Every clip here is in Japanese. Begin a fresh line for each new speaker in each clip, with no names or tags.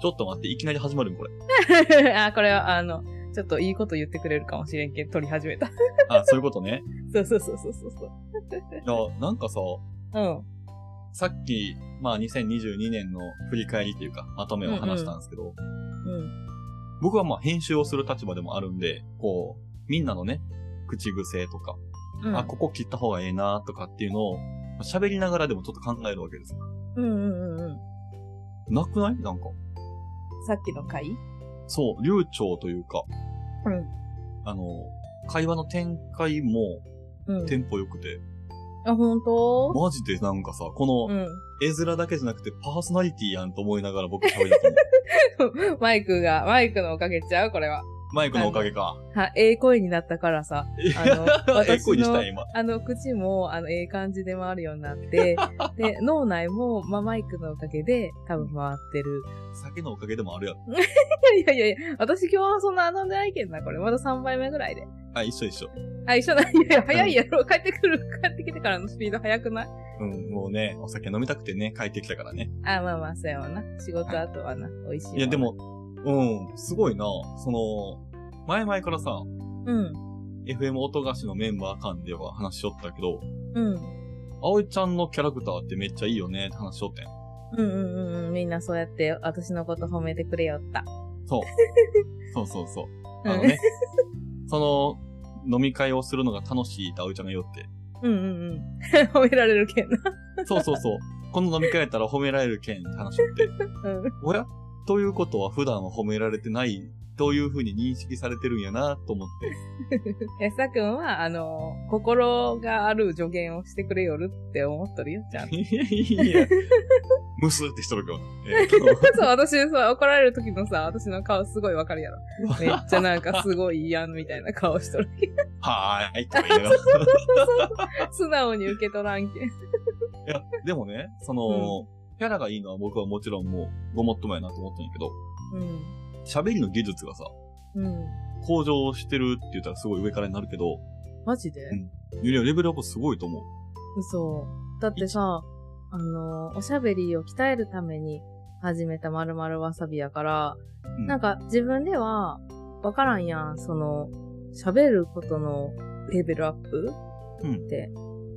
ちょっと待って、いきなり始まるんこれ。
あ、これは、あの、ちょっといいこと言ってくれるかもしれんけん、撮り始めた。
あ、そういうことね。
そうそうそうそうそうそう。
いや、なんかさ、
うん。
さっき、まあ2022年の振り返りというか、まとめを話したんですけど、
うん。
僕はまあ編集をする立場でもあるんで、こう、みんなのね、口癖とか、
うん、
あ、ここ切った方がええなとかっていうのを、まあ喋りながらでもちょっと考えるわけですよ。
うんうんうんうん。
なくないなんか。
さっきの回
そう、流暢というか、
うん。
あの、会話の展開も
うん。
テンポ良くて、
あ、ほんと
マジでなんかさ、こ
う
の
ん。
絵面だけじゃなくてパーソナリティやんと思いながら僕喋りた
マイクが、マイクのおかげちゃうこれは。
マイクのおかげか。
は、ええ声になったからさ、あ の
ええ
私の
声にしたい、今。
あの、口も、あの、ええ感じで回るようにな って、で、脳内も、まあ、マイクのおかげで、多分回ってる。
酒のおかげでもあるやん。
いやいやいやいや、私今日はそんな飲んでないけんな、これ。まだ3杯目ぐらいで。
あ、一緒一緒。
あ、一緒だ。いやいや、早いやろ。帰ってくる、帰ってきてからのスピード早くない
うん、もうね、お酒飲みたくてね、帰ってきたからね。
あ、まあまあ、そうやわな。仕事後はな、美味しい。
いや、で、も、うん、すごいな。その、前々からさ、
うん、
FM 音菓子のメンバー間では話しよったけど、
うん、
葵ちゃんのキャラクターってめっちゃいいよねって話しよったやん。
うん、うんうん、うん、みんなそうやって、私のこと褒めてくれよった。
そう。そうそうそう。あのね、その、飲み会をするのが楽しいって葵ちゃんが言おって。
うん、うん、うん うん。褒められるけんな。
そうそうそう。この飲み会やったら褒められるけんって話しよって。
うん。
おやということは普段は褒められてない、というふうに認識されてるんやなと思って。
安田くんは、あの、心がある助言をしてくれよるって思っとるよ、ちゃんと。
いやいや、ムスってしとるけど。えーと
そう、私さ、怒られる時のさ、私の顔すごいわかるやろ。めっちゃなんかすごいいいやんみたいな顔しとるけ ど。
はーい、とか言いながら。 い
素直に受け取らんけん。
や、でもね、その、キャラがいいのは僕はもちろんもう、ごもっともやなと思ったんやけど、
うん。
喋りの技術がさ、
うん。
向上してるって言ったらすごい上からになるけど、
マジで
ゆりはレベルアップすごいと思う。
嘘。だってさ、あの、おしゃべりを鍛えるために始めたまるまるわさびやから、
うん
なんか自分ではわからんやん、その、喋ることのレベルアップ
うん
って、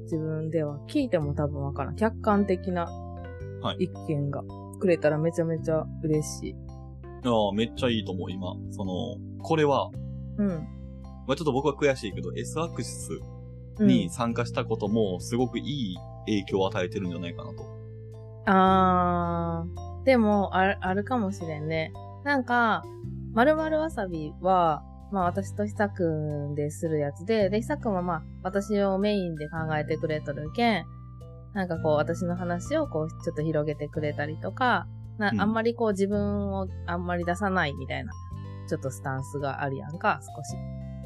自分では聞いても多分わからん。客観的な
は
意見がくれたらめちゃめちゃ嬉しい。
ああ、めっちゃいいと思う、今。その、これは、
うん。
まあ、ちょっと僕は悔しいけど、S アクシス
うん、
に参加したことも、すごくいい影響を与えてるんじゃないかなと。
あー、でも、ある、あるかもしれんね。なんか、まるまるわさびは、まあ私とひさくんでするやつで、で、ひさくんはまあ私をメインで考えてくれとるけん、なんかこう私の話をこうちょっと広げてくれたりとか、な
うん
あんまりこう自分をあんまり出さないみたいな、ちょっとスタンスがあるやんか、少し。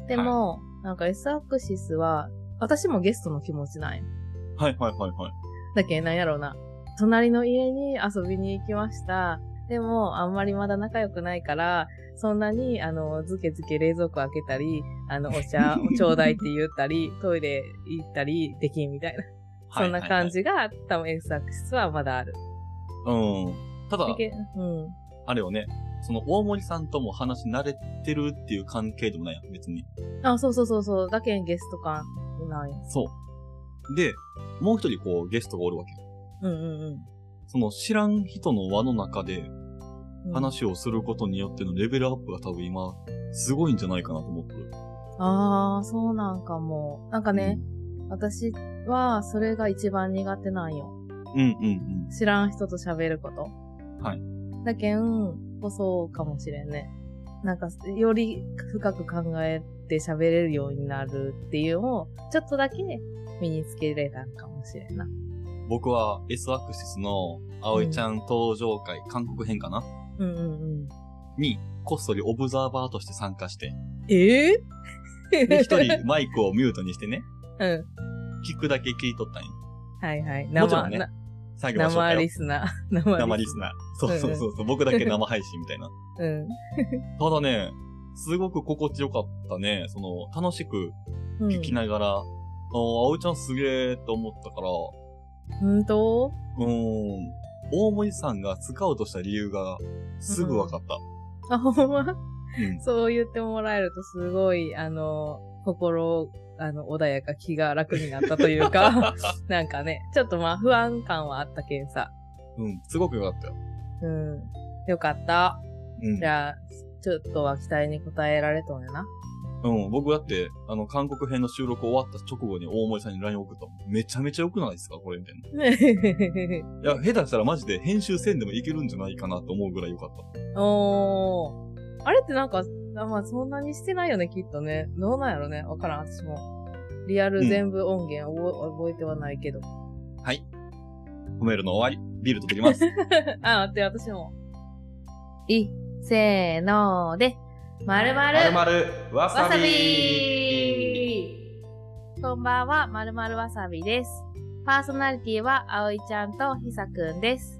でも、なんか S アクシスは、私もゲストの気持ちない。
はいはいはいはい。
だけなんやろうな。隣の家に遊びに行きました。でも、あんまりまだ仲良くないから、そんなに、あの、ずけずけ冷蔵庫開けたり、あの、お茶をちょうだいって言ったり、トイレ行ったりできんみたいな。そんな感
は
じが、多分 X アクシスはまだある。
いはいはい。うん。た
だ
だ、
けうん。
あれよね、その大森さんとも話し慣れてるっていう関係でもないやん、別に。
あ、そうそうそうそう。だけんゲスト感ない。
そう。で、もう一人こうゲストがおるわけよ。
うんうんうん
その知らん人の輪の中で
うん。
話をすることによってのレベルアップが多分今、すごいんじゃないかなと思ってる。
ああ、そうなんかも。なんかね、私はそれが一番苦手なんよ。
うんうん
知らん人と喋ること。
はい。
だけん、こそかもしれんね。なんか、より深く考えて喋れるようになるっていうのを、ちょっとだけ身につけれたんかもしれんな。
うん。僕は S アクシスの葵ちゃん登場会、韓国編かな
うんうんうん。
に、こっそりオブザーバーとして参加して、
ええ
で、一。人マイクをミュートにしてね、
うん。
聞くだけ聞いとったんよ。
はいはい。
もちろんね
な
作業はしとった
生
よ
リスナー。生
生リ
リ
ス
ス
ナー。そうそうそうそう、僕だけ生配信みたいな。
ナー。
ただね、すごく心地よかったね。その、楽しく
うん。
聞きながら、ああ、葵ちゃんすげえと思ったから、
うん。ほんと
うーん、大森さんがスカウトした理由がすぐ分かった。
あ、ほんま
うん。
そう言ってもらえるとすごい、あの、心、あの、穏やか気が楽になったというか、なんかね、ちょっとまあ不安感はあったけんさ。
うん。すごくよかったよ。
うん。よかった。
うん
じ。ゃあ、ちょっとは期待に応えられとんやな。
うん、僕だって、あの、韓国編の収録終わった直後に大森さんに LINE 送ったもんめちゃめちゃ良くないですかこれみたいな。いや、下手したらマジで編集せんでもいけるんじゃないかなと思うぐらい良かった。
おー。あれってなんか、あまあそんなにしてないよね、きっとね。どうなんやろね。わからん、私も。リアル全部音源覚え,、覚えてはないけど。
褒めるの終わり。ビールと取り ます。
あ、待って、私も。い、せーのーで、まるまる。
まるまる、わ
わさびこんばんは、まるまるわさびです。パーソナリティは、あおいちゃんとひさくんです。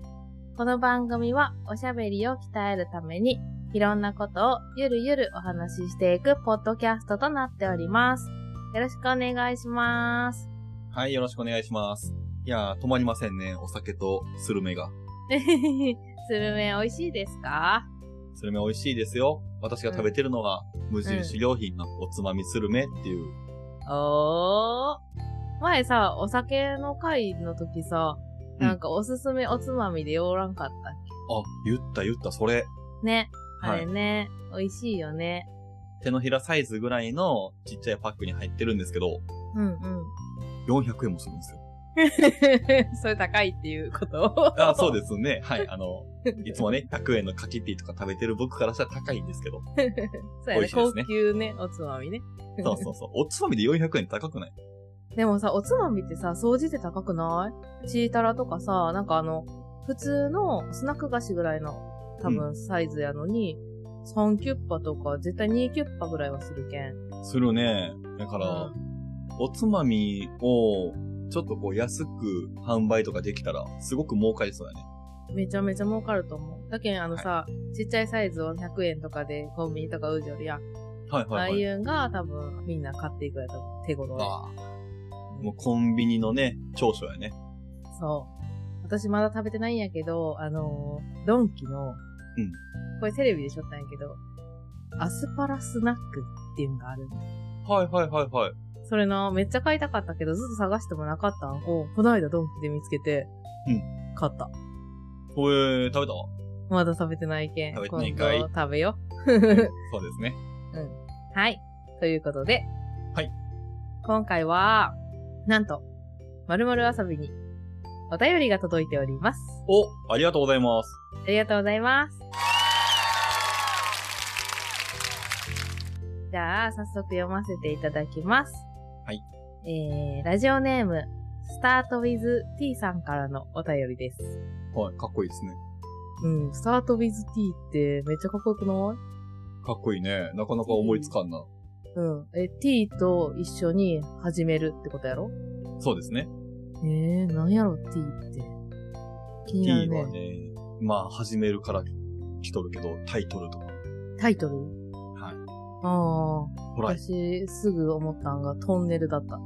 この番組は、おしゃべりを鍛えるために、いろんなことをゆるゆるお話ししていくポッドキャストとなっております。よろしくお願いします。
はい、よろしくお願いします。いやー、止まりませんね。お酒とスルメが。
スルメ美味しいですか
スルメ美味しいですよ。私が食べてるのは、無印良品のおつまみスルメっていう。
おー。前さ、お酒の会の時さ、なんかおすすめおつまみでおらんかったっ
あ、言った言った、それ。
けね。あ
はい
れね、美味しいよね。
手のひらサイズぐらいのちっちゃいパックに入ってるんですけど、
うんうん。
400円もするんですよ。
それ高いっていうこと
あ、そうですね。 はい。あの、いつもね、100円のカキティとか食べてる僕からしたら高いんですけど。
そうや
美味
ね
しいで
高
すね
級ね、おつまみね。
そうそうそう。おつまみで400円って高くない
でもさ、おつまみってさ、掃除て高くないチータラとかさ、なんかあの、普通のスナック菓子ぐらいの多
う
分サイズやのに、3キュッパとか絶対2キュッパぐらいはするけん。
するね。だから、おつまみを、ちょっとこう安く販売とかできたら、すごく儲かりそうだね。
めちゃめちゃ儲かると思う。だけん、あのさ、ちっちゃいサイズを100円とかでコンビニとか売るよりやん、
はいはいはい。
ああいうんが多分みんな買っていくやと思う。手頃で。
ああもうコンビニのね、長所やね。
そう。私まだ食べてないんやけど、あのードンキの、これテレビでしょったんやけど、アスパラスナックっていうのがある。
はいはいはいはい。
それな、めっちゃ買いたかったけど、ずっと探してもなかったんを、こないだドンキで見つけて、
う
買った。
これ、食べたわ。
まだ食べてないけん。
食べてないんかい
今度食べよ。
そうですね。
はい。ということで。
はい。
今回は、なんと、まるまるあさびに、お便りが届いております。
お、ありがとうございます。
ありがとうございます。じゃあ、早速読ませていただきます。
はい。
えー、ラジオネーム、スタートウィズ T さんからのお便りです。
はい、かっこいいですね。
うん、スタートウィズ T ってめっちゃかっこよくない
かっこいいね。なかなか思いつかんな。
うん。え、T と一緒に始めるってことやろ
そうですね。
えー、なんやろ T って。気にな
T
るね。
はね、まあ、始めるから来とるけど、タイトルとか。
タイトル
はい。
ああ、
ほら、
私すぐ思ったんがトンネルだった。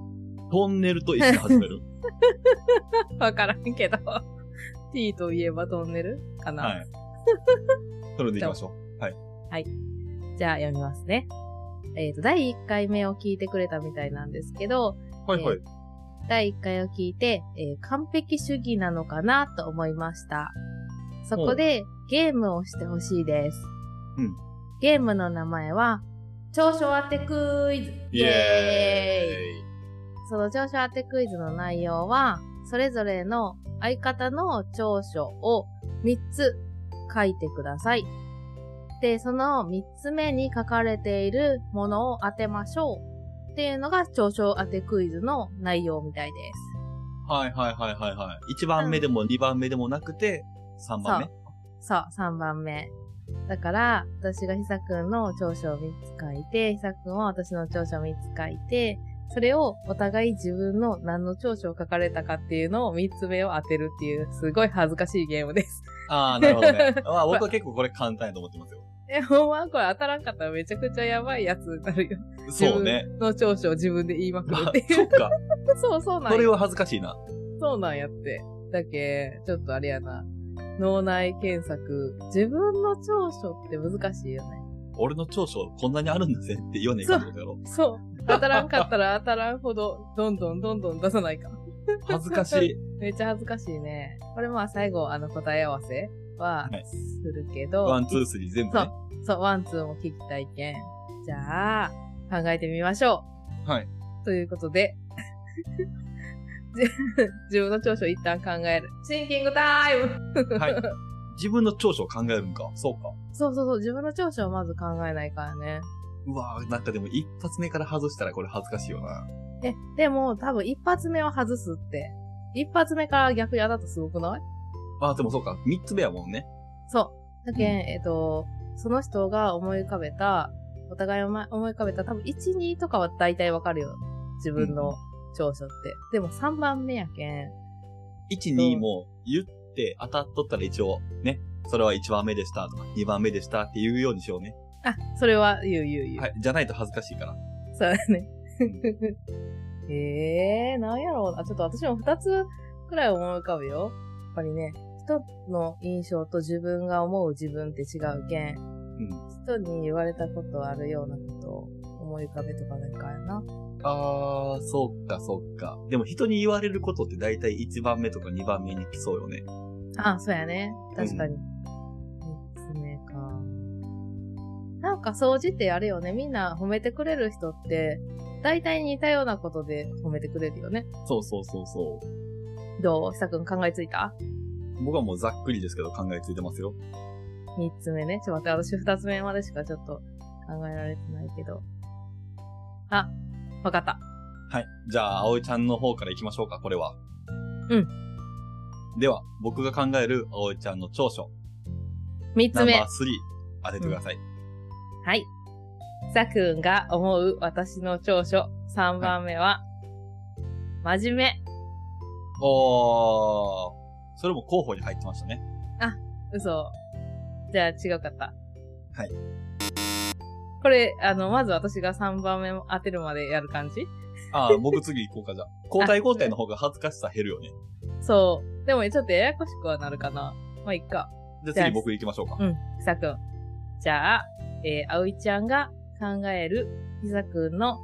トンネルと一緒に始め る。
わからんけど。T といえばトンネルかな。
はい。それでいきましょう。はい。
じゃあ読みますね。えっ、と、第1回目を聞いてくれたみたいなんですけど、
はいはい。
第1回を聞いて、えー完璧主義なのかなと思いました。そこで、ゲームをしてほしいです。
うん
ゲームの名前は、長所当てクイズ
イエ
その長所当てクイズの内容は、それぞれの相方の長所を3つ書いてください。で、その3つ目に書かれているものを当てましょう。っていうのが長所当てクイズの内容みたいです。
ーイ。はいはいはいはいはい。1番目でも2番目でもなくて、3番目。
そう、3番目。だから、私がひさくんの長所を3つ書いて、ひさくんは私の長所を3つ書いて、それをお互い自分の何の長所を書かれたかっていうのを3つ目を当てるっていう、すごい恥ずかしいゲームです。
ああ、なるほどね。まあ、僕は結構これ簡単やと思ってますよ。
え、ほんまこれ当たらんかったらめちゃくちゃやばいやつになるよ。
そうね。
自分の長所を自分で言いまくる
ま あ
って、い。
そうっか。
そうそうなん
それ
や。
は恥ずかしいな。
そうなんやって。だけ、ちょっとあれやな。脳内検索。自分の長所って難しいよね。
俺の長所こんなにあるんだぜって言わねえかんってことやろ。
そう。当たらんかったら当たらんほど、どんどんどんどん出さないか。
恥ずかしい。
めっちゃ恥ずかしいね。これまあ最後、あの答え合わせは
はい
するけど。
ワン、ツー、スリー全部ね。
そう、ワン、ツーも聞きたいけん。じゃあ、考えてみましょ
はい。
う。ということで、 じ自分の長所を一旦考える。シンキングタイム
はい。 自分の長所を考えるんか。そうか。
そうそうそう、自分の長所をまず考えないからね。
うわぁ、なんかでも一発目から外したらこれ恥ずかしいよな。
え、でも多分一発目を外すって。一発目から逆に当たったらすごくない
あ、でもそうか。三つ目やもんね。
そう。だけん、えっと、その人が思い浮かべた、お互い思い思い浮かべた多分1、2とかは大体わかるよ。自分の長所って。でも3番目やけん。
1、2も言って当たっとったら一応、ね。それは1番目でしたとか、2番目でしたって言うようにしようね。
あ、それは言う言う言う。
はい。じゃないと恥ずかしいから。
そうだね。ええー、なんやろうな。ちょっと私も二つくらい思い浮かぶよ。やっぱりね、人の印象と自分が思う自分って違うけん、
うん。
人に言われたことあるようなことを思い浮かべとかなんかやな。
あー、そっかそっか。でも人に言われることって大体1番目とか2番目に来そうよね。
あ、そうやね。確かに。三つ目か。なんか掃除ってあれよね。みんな褒めてくれる人って、大体似たようなことで褒めてくれるよね。
そうそうそうそ
どうひさくん考えついた
う。僕はもうざっくりですけど考えついてますよ。
三つ目ね。ちょっと待って、私二つ目までしかちょっと考えられてないけど。あ、わかった。
はい。じゃあ、葵ちゃんの方から行きましょうか、これは。
うん。
では、僕が考える葵ちゃんの長所、
三
ナ
つ
ンバ
目。
ー3、当ててください。
はい。さくんが思う私の長所。三番目は、真面目。
おー、それも候補に入ってましたね。
嘘。じゃあ違うかった。
はい。
これ、あの、まず私が三番目を当てるまでやる感じ
あー、僕次行こうか、じゃあ。交代交代の方が恥ずかしさ減るよね。
そう。でもちょっとややこしくはなるかな。まあ、いっか。
じゃあ
じゃあ
次僕行きましょうか。
うん、ひさくん。じゃあ、えー、あおいちゃんが考えるひさくんの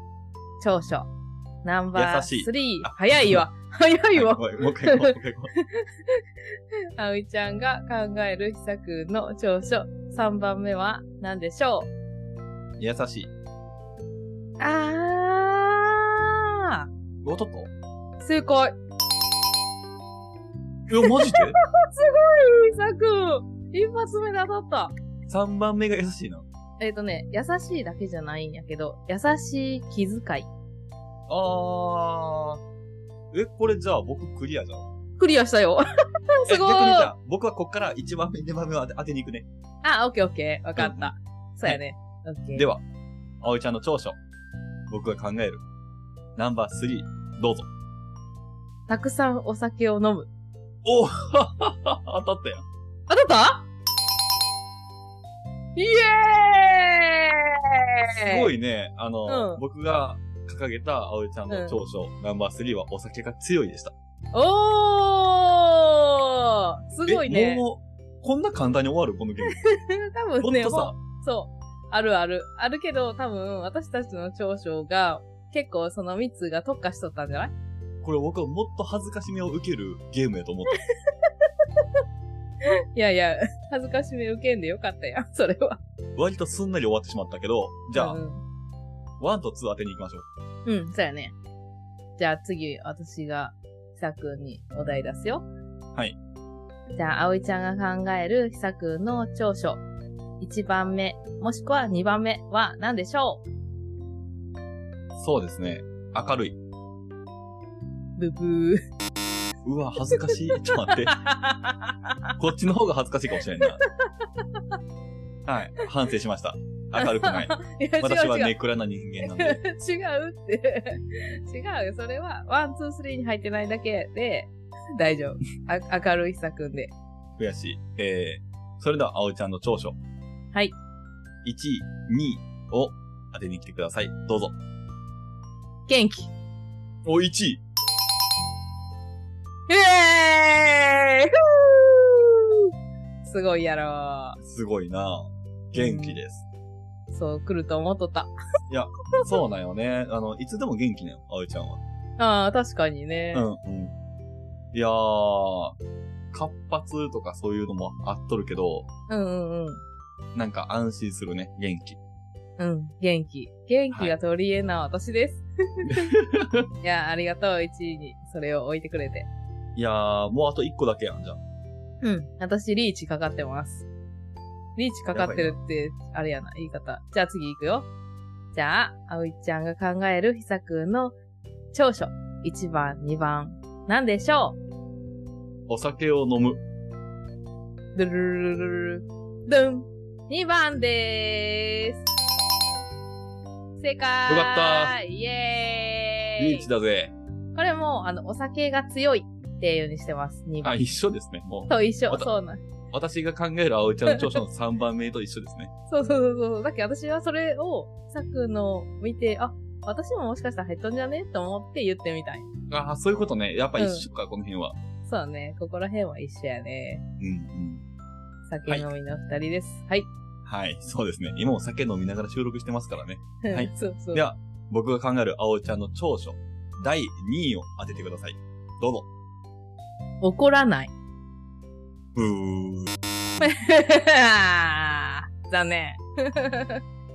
長所。ナンバー
優しい
3。
あ
早 いわ。早いわ。
はいもう一 回行こう、もう一回行こう。
あおいちゃんが考えるひさくんの長所。3番目は何でしょ
優しい。
うあ
男
ー正解。
え、マジで
ひさくん。一発目で当たった。
3番目が優しいな。
えっ、とね、優しいだけじゃないんやけど、優しい気遣い。
あー。え、これじゃあ僕クリアじゃん。
クリアしたよ。
え
すごい
逆にじゃあ、僕はこっから1番目、2番目を当て当てに行くね。
あ、オッケーオッケー。わかった。そうやね。オッケー。
では、葵ちゃんの長所。僕が考える。ナンバー3、どうぞ。
たくさんお酒を飲む。
おー 当たったやん。
当たったイエーイ
すごいね。あの、
うん
僕が掲げた葵ちゃんの長所、ナンバー3はお酒が強いでした。
おーすごい
え
ね。
もう、こんな簡単に終わるこのゲーム。
多
ほ
分
ん
ね、
と
も
さ
う、そう。あるある。あるけど、多分、私たちの長所が、結構その密が特化しとったんじゃない
これ僕はもっと恥ずかしみを受けるゲームやと思った。
いやいや、恥ずかしめ受けんでよかったやん、 それは。
割とすんなり終わってしまったけど、じゃあ、
うん、
1と2当てに行きましょう。
うん、そうやね。じゃあ次、私が、ひさくんにお題出すよ。
はい。
じゃあ、葵ちゃんが考えるひさくんの長所。1番目、もしくは2番目は何でしょう
そうですね。明るい。
ブブー。
うわ、恥ずかしい。 ちょっと待って。こっちの方が恥ずかしいかもしれ ないな。はい。反省しました。明るく ない。
いや、
私は
違う違
ネ
う。
クラな人間なんで。
違うって。 違うよ。それは、ワン、ツー、スリーに入ってないだけで、大丈夫。あ明るいひさくんで。
悔しい。えー、それでは、葵ちゃんの長所。
は
1
い。
位、2位を当てに来てください。どうぞ。
元気。
お、1位。
イエーイふーすごいやろ。
すごいな元気です。
そう、来ると思っとった。
そうなんよね。あの、いつでも元気ねん、葵ちゃんは。
ああ、確かにね。
うん、うん。いやー、活発とかそういうのもあっとるけど、
うんうんうん。
なんか安心するね、元気。
うん、元気。元気が取り柄な私 です。い、や、ありがとう、1位にそれを置いてくれて。
いやー、もうあと一個だけやん、じゃあ。
うん、私リーチかかってます。リーチかかってるって、あれやな、言い方。じゃあ次行くよ。じゃあ、あおいちゃんが考えるひさくんの長所。1番、2番。なんでしょ
お酒を飲む。
うドゥルルルルルル。ドゥン。2番でーす。正解
よかった
イエーイ
リーチだぜ。
これも、あの、お酒が強いっていうようにしてます。2
あ、
番。
一緒ですね。もう、
と一緒
ま。た
そうなん。
私が考える葵ちゃんの長所の3番目と一緒ですね。
そうそうそうそう。だけど私はそれを、さくのを見て、あ、私ももしかしたら減っとんじゃねと思って言ってみたい。
ああ、そういうことね。やっぱ一緒か、この辺は。
そうね。ここら辺は一緒やね。
うん、うん。
酒飲みの二人です。はい。
はい、そうですね。今も酒飲みながら収録してますからね。はい
そうそう。
では、僕が考える葵ちゃんの長所、第2位を当ててください。どうぞ。
怒らない。
ブー。
残念。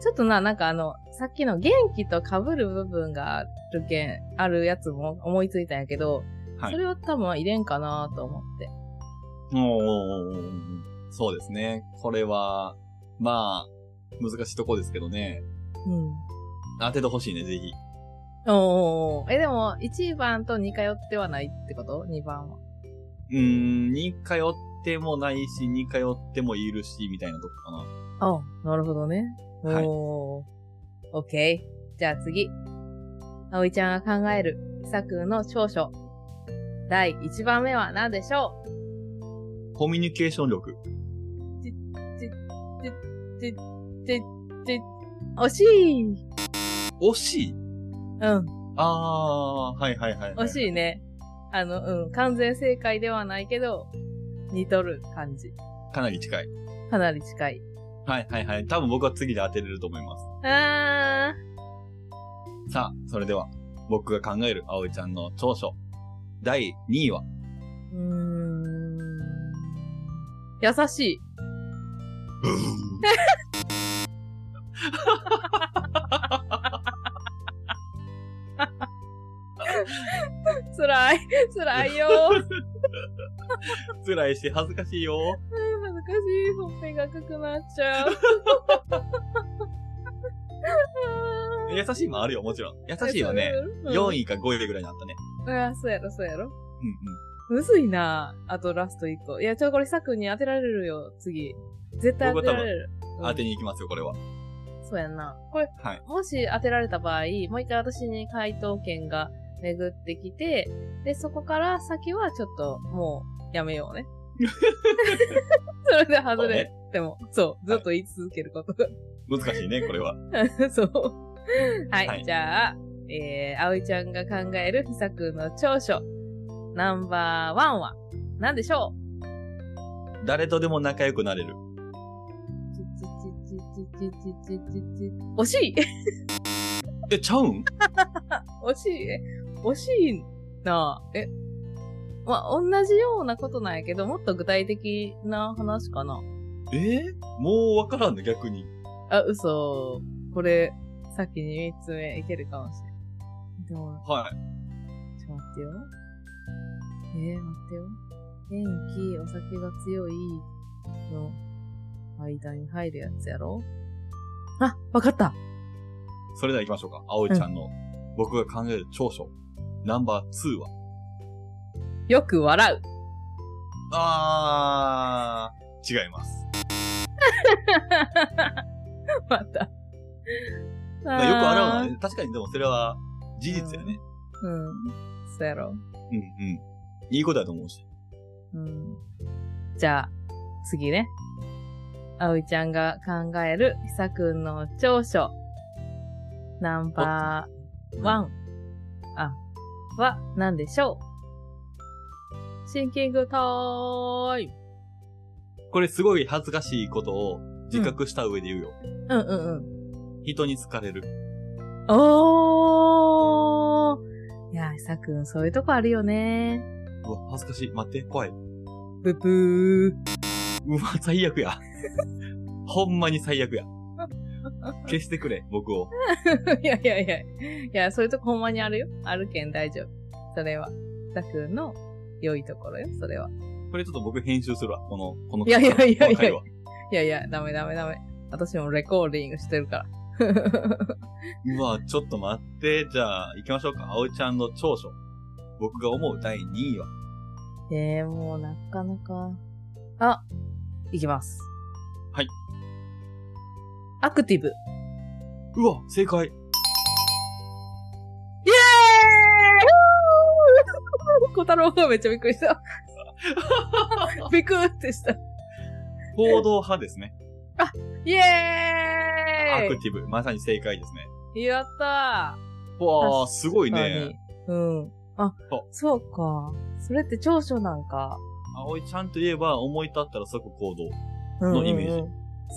ちょっとな、なんかあの、さっきの元気と被る部分があるけん、あるやつも思いついたんやけど、
はい
それを多分入れんかなと思って。
おー。そうですね。これは、まあ、難しいとこですけどね。
うん。
当ててほしいね、ぜひ。
おー。え、でも、1番と2通ってはないってこと ?2 番は。
うーん、に通ってもないし、に通ってもいるし、みたいなとこかな。
あ、なるほどね。
はい
おー。オッケー。じゃあ次。葵ちゃんが考える、作の長所。第1番目は何でしょ
コミュニケーション力。
うち、ち、ち、惜しい
惜しい
うん、
あー、はいはいはい、はい。
惜しいね。あの、うん、完全正解ではないけど、似とる感じ。
かなり近い。
かなり近い。
はいはいはい。多分僕は次で当てれると思います。
あ
さあ、それでは、僕が考える葵ちゃんの長所。第2位は、
ー。うーん。優しい。辛い。辛いよ。
辛いし恥ずかしいよ。
うん恥ずかしい。ほっぺが赤くなっちゃう。
優しいもあるよ、もちろん。優しいはね、。4
位。
位か5位ぐらいにあったね。
うん、あそうやろ、そうやろ。
うんうん。
むずいなあとラスト1個。いや、ちょ、これサクに当てられるよ、次。絶対当てられる。うん
当てに行きますよ、これは。
そうやんな。これ、
はい
もし当てられた場合、もう一回私に回答権が巡ってきて、で、そこから先はちょっともうやめよ うね。それで外れても、そう、ずっと言い続けることが。
難しいね、これは。
そう。はい、
はい
じゃあ、えー、葵ちゃんが考える秘策の長所、ナンバーワンは、何でしょう
誰とでも仲良くなれる。
惜しい
え、ちゃうん
惜しいえ惜しいなぁ。え、まあ、同じようなことなんやけど、もっと具体的な話かな。
えーもうわからんね、逆に。
あ、嘘。これ、先に3つ目いけるかもしれん。でも、
はい。
ちょっと待ってよ。えー、待ってよ。元気、お酒が強いの間に入るやつやろあ、わかった
それでは行きましょうか。葵ちゃんの、僕が考える長所。ナンバー2は。
よく笑う。
あー、違います。だか
また。
らよく洗うのはね、確かにでもそれは事実やね。
うん。そうやろ。
うんうん。いいことだと思うし。
うん。じゃあ、次ね。葵ちゃんが考える、ひさくんの長所。ナンバーワン。あ、は、何でしょうシンキングタイム。
これすごい恥ずかしいことを自覚した上で言うよ。
うんうん
人に好かれる。
うん。おーいや、ひさくん、そういうとこあるよね。
うわ、恥ずかしい。待って、怖い。
ブブ
うわ、最悪や。 ほんまに最悪や。消してくれ、僕を。
ー。いやいやいや。いや、そういうとこほんまにあるよ。あるけん大丈夫。それは。ひさくんの良いところよ、それは。
これちょっと僕編集するわ、この、この
いやいやいやいや
この会話
いやいや、ダメダメダメ。私もレコーディングしてるから。
うわ、ちょっと待って。じゃあ、行きましょうか。葵ちゃんの長所。僕が思う第2位は。
ええもうなかなか。あ、いきます。
はい。
アクティブ。イ
うわ、正解。
エーイ小太郎がめっちゃびっく りした。びくってした。
行動派ですね。
イ
ア
エー
クティブ。まさに正解ですね。
イやった
う
ー
わあ、すごいね。。
確かにうん。あ
そ、
そうか。それって長所なんか。
葵ちゃんといえば、思い立ったら即行動。
うんうんうん
のイメージ。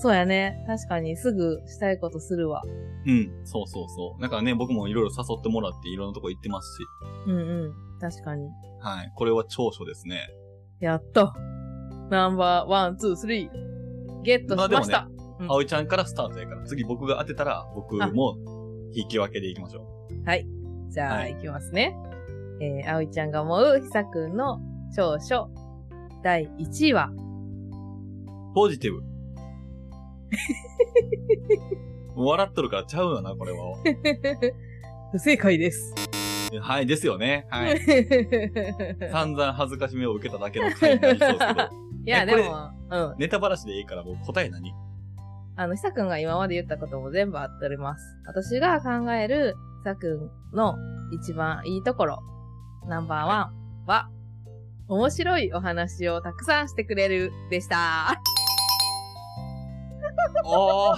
そうやね。確かに、すぐしたいことするわ。
うん、そうそうそう。だからね、僕もいろいろ誘ってもらっていろんなとこ行ってますし。
うんうん。確かに。
はい。これは長所ですね。
やった。ナンバーワン、ツー、スリー。ゲットしました。うん
葵ちゃんからスタートやから、次僕が当てたら、僕も引き分けでいきましょ
じゃあ、
はい
い、きますね。えー、葵ちゃんが思うひさくんの長所。第1位は、
う。ポジ ティブ。笑っとるからちゃうよな、これは。
不正解です。
はい、ですよね。はい。
い
散々恥ずかしめを受けただけの回になりそうですけ ど。
や、
え
で
これ
も、うん。
ネタばらしでいいから、もう答え何
あの、ひさくんが今まで言ったことも全部合っております。私が考えるひさくんの一番いいところ、ナンバーワンは、面白いお話をたくさんしてくれるでした。
ああ、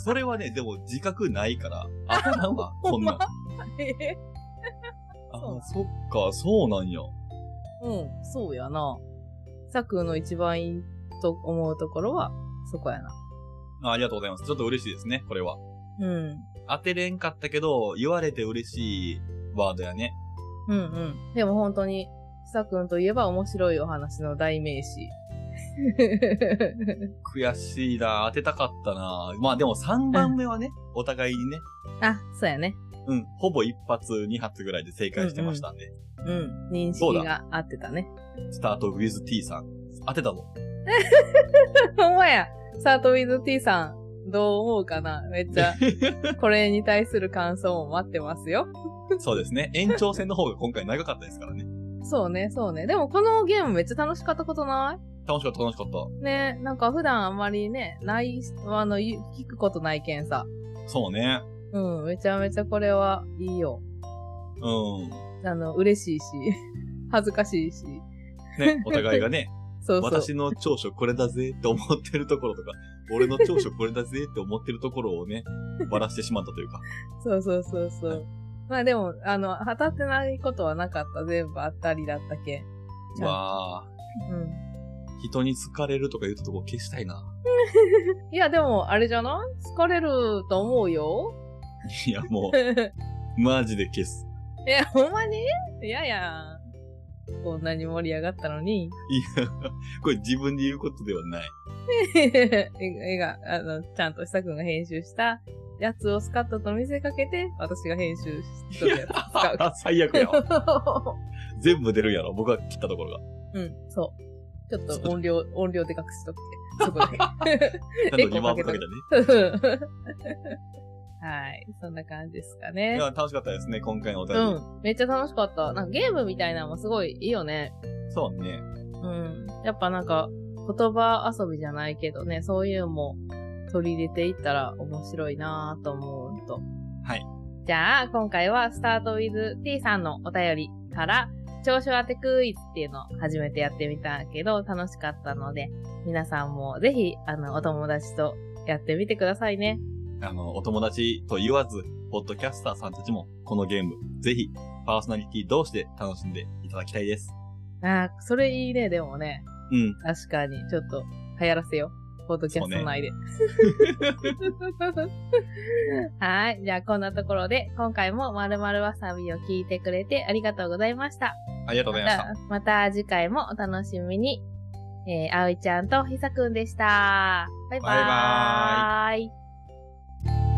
それはね、でも自覚ないから、当たらん わ、こんなん。あー、そっか、そうなんや。
うん、そうやな。さくんの一番いいと思うところは、そこやな。
あありがとうございます。ちょっと嬉しいですね、これは。
うん。
当てれんかったけど、言われて嬉しいワードやね。
うんうん。でも本当に、さくんといえば面白いお話の代名 詞。
悔しいな、当てたかったな。まあでも3番目はね、お互いにね、
あ、そうやね。
うん、ほぼ一発、二発ぐらいで正解してましたんで、
うん。認
そう
識
だ
が合ってたね。
スタート with t さん、当てたぞ。
ほんまや。サートウィズ T さん、どう思うかなめ っちゃ、これに対する感想も待ってますよ。
そうですね。延長戦の方が今回長かったですからね。
そうね、そうね。でもこのゲームめっちゃ楽しかったことない
楽しかった、楽しかっ
ね、なんか普段あんまりね、ない、あの、ゆ聞くことないけんさ。
た。そうね。
うん、めちゃめちゃこれはいいよ。
うん。
あの、嬉しいし、 恥ずかしいし。
ね、お互いがね、
そうそう。
私の長所これだぜって思ってるところ とか、俺の長所これだぜって思ってるところをね、バラしてしまったという か。
そうそうそうそう。まあでも、あの、当たってないことはなかった。全部あったりだったけん。ちゃん
わあ、
う
人に好かれるとか言うとこ消したいな。
ん。いや、でも、あれじゃない疲れると思うよ。
いや、も、
いう
マジで消す。
や、ほんまにいややん。こんなに盛り上がったのに。
いや、これ自分で言うことではない。
絵が、あの、ちゃんと久くんが編集したやつをスカットと見せかけて、私が編集しとるやつ使うか
あ 最悪やわ。
ら。
全部出るんやろ。僕が切ったところが。
うん、そう。ちょっと音量、音量でかくしとくて、そこだけ。
ちゃんとリバーブかけたね。
はい、そんな感じですか
い
ね。
や、楽しかったですね、今回のお便り。
うん、めっちゃ楽しかった。なんかゲームみたいなのもすごいいいよね。
そうね。
うん。やっぱなんか、言葉遊びじゃないけどね、そういうのも取り入れていったら面白いなぁと思うと。
はい。
じゃあ、今回はスタートウィズ T さんのお便りから、長所当てクイズっていうのを初めてやってみたけど、楽しかったので、皆さんもぜひ、あの、お友達とやってみてくださいね。
あの、お友達と言わず、ポッドキャスターさんたちも、このゲーム、ぜひ、パーソナリティ同士で楽しんでいただきたいです。
あーそれいいね、でもね。
うん。
確かに。ちょっと、流行らせよう。ポッドキャスト内で。 はい。じゃあ、こんなところで、今回もまるまるわさびを聞いてくれてありがとうございました。
ありがとうございました。
また、また次回もお楽しみに。えー、あおいちゃんとひさくんでした。バイバーイ。
バイバ
イ